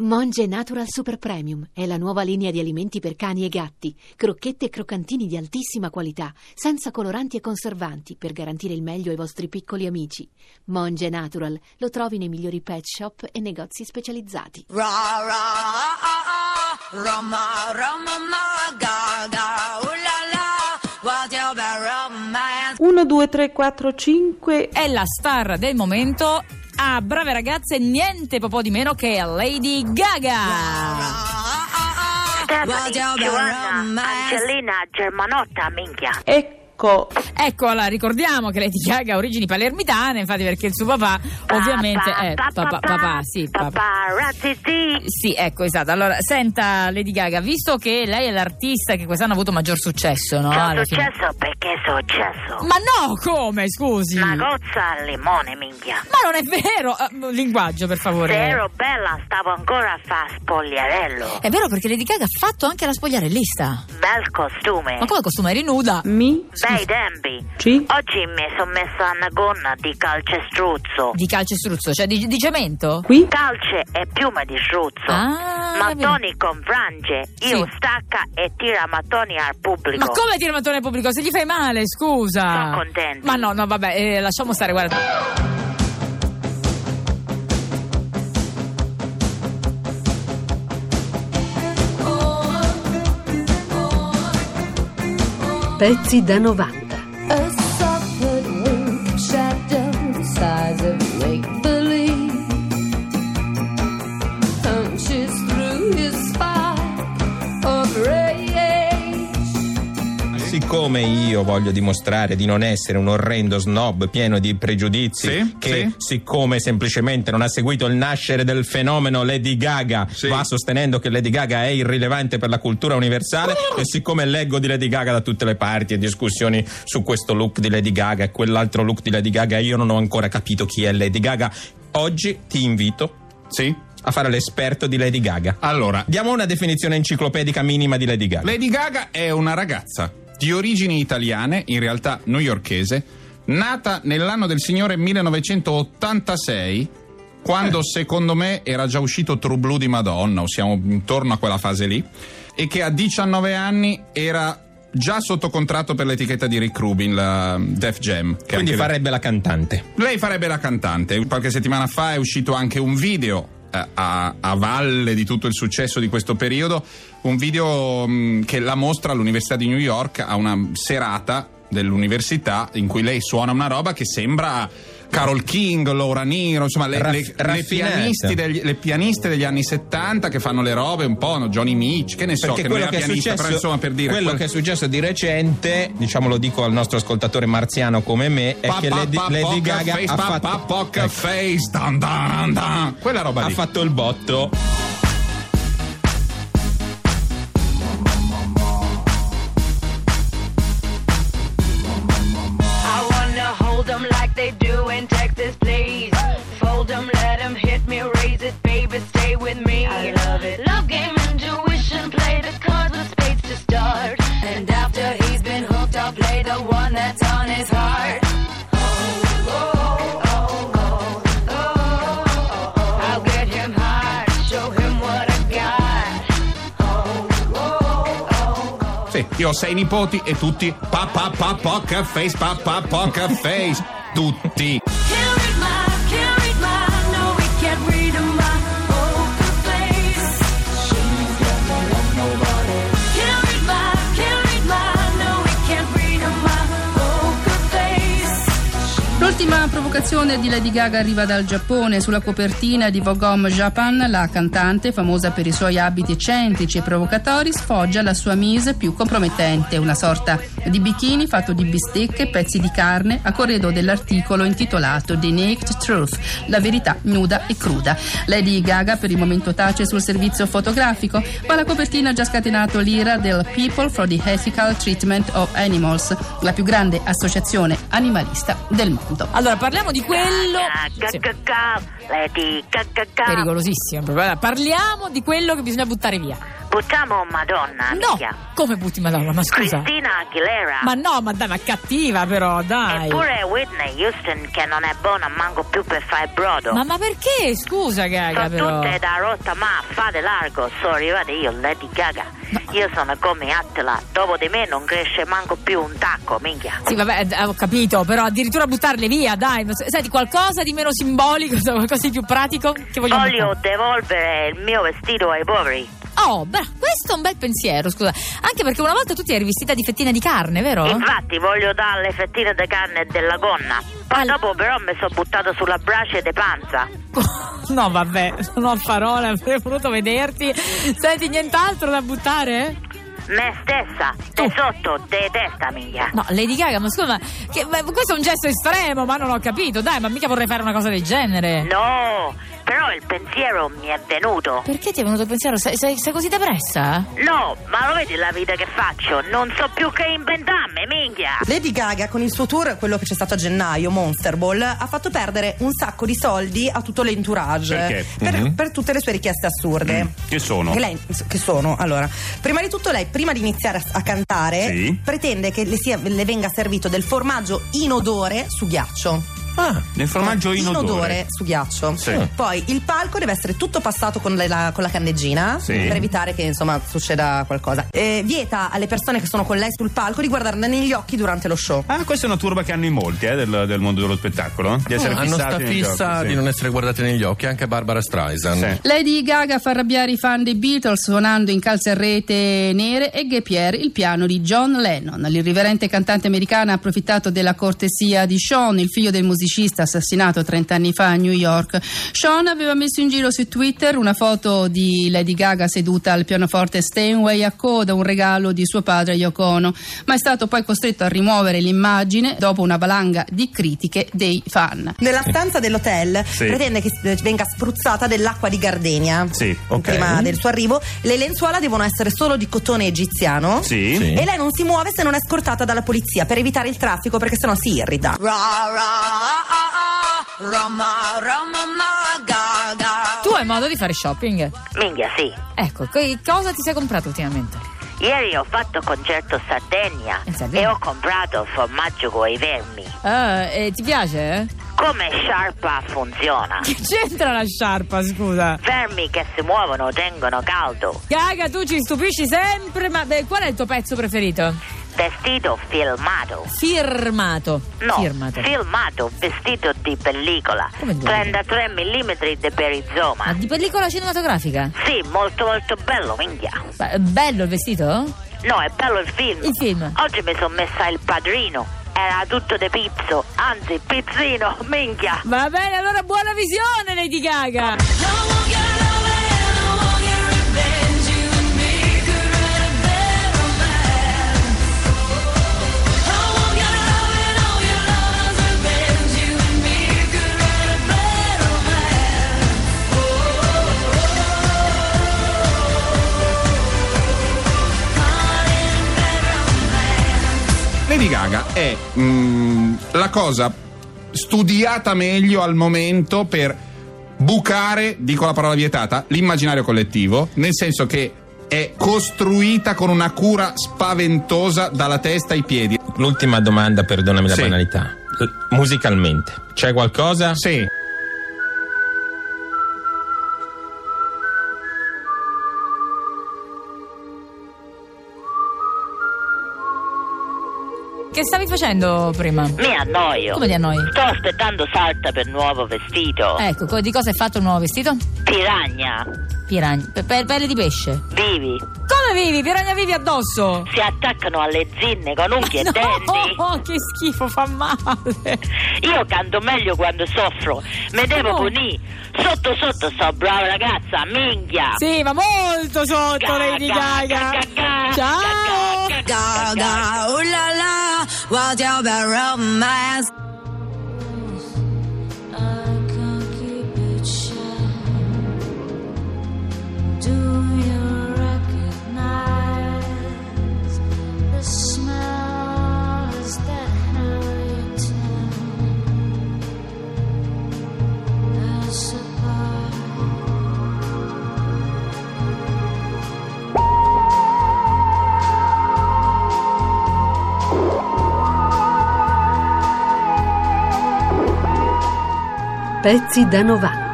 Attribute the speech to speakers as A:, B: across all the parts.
A: Monge Natural Super Premium è la nuova linea di alimenti per cani e gatti, crocchette e croccantini di altissima qualità, senza coloranti e conservanti, per garantire il meglio ai vostri piccoli amici. Monge Natural lo trovi nei migliori pet shop e negozi specializzati.
B: Ra ra ah, ah, ah, Roma Roma ma ga ga ooh la la what's your bad romance
C: 1, 2, 3, 4, 5.
D: è la star del momento. Ah, brave ragazze, niente po' di meno che Lady Gaga.
B: ah, ah, ah, what's
E: Stefani,
B: your bad
E: Giovanna,
B: romance
E: Angelina, Germanotta, minchia.
C: Ecco,
D: Eccola, ricordiamo che Lady Gaga ha origini palermitane, infatti perché il suo papà ovviamente eh, è papà, papà, sì, papà.
E: Paparazzi,
D: Sì, ecco, esatto. Allora, senta Lady Gaga, visto che lei è l'artista che quest'anno ha avuto maggior successo, no?
E: Sono
D: Alla fine-
E: successo perché è successo.
D: Ma no, come? Scusi.
E: Una gozza al limone, minchia.
D: Ma non è vero! Eh, linguaggio, per favore.
E: Se ero bella stavo ancora a fa spogliarello.
D: È vero perché Lady Gaga ha fatto anche la spogliarellista.
E: Bel costume,
D: Eh. Ma come costume eri nuda?
C: mi,
E: bei tempi.
C: ci,
E: Oggi mi sono messa una gonna di calcestruzzo.
D: Di calcestruzzo, cioè di, di cemento?
C: qui,
E: Calce e piume di struzzo.
D: Ah,
E: mattoni con frange. Io
D: Sì.
E: stacca e tira mattoni al pubblico.
D: Ma come dire mattone al pubblico? Se gli fai male, scusa.
E: Sono contenta.
D: Ma no, no, vabbè, eh, lasciamo stare, guarda.
A: Pezzi da 90.
F: A suffered wound shot down the size of make believe. Punches through his spine of rage.
G: Siccome io voglio dimostrare di non essere un orrendo snob pieno di pregiudizi,
H: Sì,
G: che
H: sì.
G: siccome semplicemente non ha seguito il nascere del fenomeno Lady Gaga,
H: Sì.
G: va sostenendo che Lady Gaga è irrilevante per la cultura universale, e siccome leggo di Lady Gaga da tutte le parti e discussioni su questo look di Lady Gaga e quell'altro look di Lady Gaga, io non ho ancora capito chi è Lady Gaga. Oggi ti invito
H: Sì.
G: a fare l'esperto di Lady Gaga.
H: Allora,
G: Diamo una definizione enciclopedica minima di Lady Gaga.
H: Lady Gaga è una ragazza di origini italiane, in realtà newyorchese, nata nell'anno del Signore 1986, quando secondo me era già uscito True Blue di Madonna, o siamo intorno a quella fase lì, e che a 19 anni era già sotto contratto per l'etichetta di Rick Rubin, la Def Jam. che
G: Quindi
H: anche lei-
G: farebbe la cantante.
H: Lei farebbe la cantante. Qualche settimana fa è uscito anche un video eh, a, a valle di tutto il successo di questo periodo, un video mh, che la mostra all'Università di New York a una serata dell'università in cui lei suona una roba che sembra Carol King, Laura Niro, insomma le,
G: Raff-
H: le- le
G: raffinata.
H: pianisti degli- le pianiste degli anni 70 che fanno le robe un po', no? Johnny Mitch, che ne so,
G: Perché
H: che non
G: quello
H: era
G: che, è
H: pianista,
G: successo,
H: però insomma per dire...
G: quello
H: quel-
G: che è successo di recente, diciamo lo dico al nostro ascoltatore marziano come me, è
H: Pa-
G: che
H: pa-
G: Lady,
H: pa-
G: Lady
H: poker
G: Gaga
H: face,
G: ha,
H: pa-
G: fatto,
H: pa- poker
G: ecco,
H: face, dan, dan, dan. quella roba
G: ha
H: lì.
G: fatto il botto.
I: I wanna hold them like they do in Texas, please. Fold them, let them hit me, raise it, baby, stay with me. I love it. Love game, intuition, play the cards with spades to start. And after he's been hooked, I'll play the one that's on his heart. Oh, oh, oh, oh, oh, oh, oh. I'll get him high, show him what I got.
H: Sì, io ho sei nipoti e tutti pa pa pa poker face, pa pa poker face, tutti.
I: Can't read my, can't read my, no, we can't read my poker face. Can't read my, can't read my, no, we can't read my poker face.
J: L'ultima provocazione di Lady Gaga arriva dal Giappone. Sulla copertina di Vogue Homme Japan, la cantante, famosa per i suoi abiti eccentrici e provocatori, sfoggia la sua mise più compromettente, una sorta di bikini fatto di bistecche e pezzi di carne a corredo dell'articolo intitolato The Naked Truth, la verità nuda e cruda. Lady Gaga per il momento tace sul servizio fotografico, ma la copertina ha già scatenato l'ira del People for the Ethical Treatment of Animals, la più grande associazione animalista del mondo.
E: Ah,
D: Allora, parliamo di quello.
E: Ca- ca-
D: Sì.
E: ca- ca- Lady Gaga.
D: Pericolosissimo. proprio. Allora, Parliamo di quello che bisogna buttare via.
E: Buttiamo Madonna, Ah, minchia.
D: No! Come butti Madonna? Ma scusa.
E: Christina Aguilera.
D: Ma no, ma dai, ma è cattiva però, dai.
E: Eppure Whitney Houston che non è buona manco più per fare brodo.
D: Ma, ma perché? Scusa, Gaga,
E: sono
D: però.
E: tutte da rotta, ma fate largo, sono arrivata io, Lady Gaga. Io sono come Attila, dopo di me non cresce manco più un tacco, minchia.
D: Sì, vabbè, eh, ho capito, però addirittura buttarle via, dai. ma se- Senti, qualcosa di meno simbolico, insomma, qualcosa di più pratico che vogliamo
E: Voglio devolvere il mio vestito ai poveri.
D: Oh, bra- questo è un bel pensiero, scusa. Anche perché una volta tu ti eri vestita di fettine di carne, vero?
E: Infatti voglio dare le fettine di carne e della gonna. Poi
D: Al-
E: dopo però mi sono buttato sulla brace di panza.
D: No, vabbè, non ho parole, avrei voluto vederti. Senti, nient'altro da buttare?
E: Me stessa,
D: Tu.
E: te sotto, te testa, minchia.
D: No, Lady Gaga, ma scusa, ma, che- ma questo è un gesto estremo, ma non ho capito, dai, ma mica vorrei fare una cosa del genere.
E: No, però il pensiero mi è venuto.
D: Perché ti è venuto il pensiero? Sei, sei- sei così depressa?
E: No, ma lo vedi la vita che faccio? Non so più che inventarmi, minchia!
K: Lady Gaga con il suo tour, quello che c'è stato a gennaio, Ah, Monster Ball, ha fatto perdere un sacco di soldi a tutto l'entourage
H: Perché?
K: per,
H: Mhm.
K: per tutte le sue richieste assurde.
H: Che sono?
K: Che, lei- che sono? Allora, prima di tutto lei, prima di iniziare a, a cantare,
H: Sì.
K: pretende che le, sia- le venga servito del formaggio inodore su ghiaccio.
H: Ah, nel formaggio
K: Inodore
H: inodore.
K: su ghiaccio.
L: Mm.
H: Sì.
K: Poi il palco deve essere tutto passato con la, con la candeggina
H: Sì.
K: per evitare che insomma succeda qualcosa. Eh, vieta alle persone che sono con lei sul palco di guardarla negli occhi durante lo show.
H: Ah, questa è una turba che hanno in molti eh, del, del mondo dello spettacolo. eh, Di essere
L: Mm, Hanno sta
H: fissati nei
L: fissa
H: giochi, sì.
L: di non essere guardati negli occhi anche Barbara Streisand.
H: Sì.
J: Lady Gaga fa arrabbiare i fan dei Beatles suonando in calzarrete nere e Guy Pierre il piano di John Lennon. L'irriverente cantante americana ha approfittato della cortesia di Sean, il figlio del musicista assassinato 30 anni fa a New York. Sean aveva messo in giro su Twitter una foto di Lady Gaga seduta al pianoforte Steinway a coda, un regalo di suo padre Yoko Ono, ma è stato poi costretto a rimuovere l'immagine dopo una valanga di critiche dei fan.
K: Nella stanza dell'hotel
H: Sì.
K: pretende che eh, venga spruzzata dell'acqua di gardenia.
H: Sì, ok.
K: Prima del suo arrivo, le lenzuola devono essere solo di cotone egiziano.
H: Sì.
L: Sì.
K: E lei non si muove se non è scortata dalla polizia per evitare il traffico perché sennò si irrita.
B: Ra ra ah, ah, ah, Roma Roma ma ga ga.
D: Tu hai modo di fare shopping.
E: Minchia, sì.
D: Ecco, che cosa ti sei comprato ultimamente?
E: Ieri ho fatto concerto Sardegna
D: In Sardegna?
E: e ho comprato formaggio con i vermi.
D: Eh, eh, ti piace? eh?
E: Come sciarpa funziona?
D: Che c'entra la sciarpa, scusa?
E: Vermi che si muovono tengono caldo.
D: Gaga, tu ci stupisci sempre, ma beh, qual è il tuo pezzo preferito?
E: Vestito filmato.
D: Firmato.
E: No,
D: Firmato.
E: filmato, vestito di pellicola.
D: Come vuoi?
E: 33 mm di
D: Ma
E: perizoma.
D: Ah, di pellicola cinematografica?
E: Sì, molto molto bello, minchia.
D: Ma è bello il vestito?
E: No, è bello il film.
D: Il film.
E: Oggi mi sono messa il padrino. Era tutto di pizzo, anzi pizzino, minchia.
D: Va bene, allora buona visione, Lady Gaga!
I: No one can love and no one can revenge. You and me could write a better romance. No one can love and no one can love us revenge. You and me could write a better romance.
H: Lady Gaga è mm, la cosa studiata meglio al momento per bucare, dico la parola vietata, l'immaginario collettivo, nel senso che è costruita con una cura spaventosa dalla testa ai piedi.
G: L'ultima domanda, perdonami la
H: Sì.
G: banalità. L- musicalmente, c'è qualcosa?
H: Sì.
D: Che stavi facendo prima?
E: Mi annoio.
D: Come ti annoi?
E: Sto aspettando Salta per nuovo vestito.
D: Ecco, co- di cosa è fatto il nuovo vestito?
E: Piragna,
D: Piragna. pe- pe- pelle di pesce.
E: vivi.
D: Come vivi? Piragna vivi addosso!
E: Si attaccano alle zinne con unghie e denti.
D: Oh, che schifo, fa male!
E: Io canto meglio quando soffro. Me devo
D: No.
E: punire. Sotto sotto sto brava ragazza, minchia.
D: Sì, va molto sotto,
E: Gaga,
D: Lady Gaga!
E: gaga, gaga,
D: Ciao!
E: gaga,
B: Ga ga, ooh Oh la la, what's your bad romance?
I: I can't keep it shut. Do you recognize the smells that I return? I Pezzi da 90.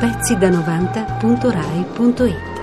I: Pezzi da 90.rai.it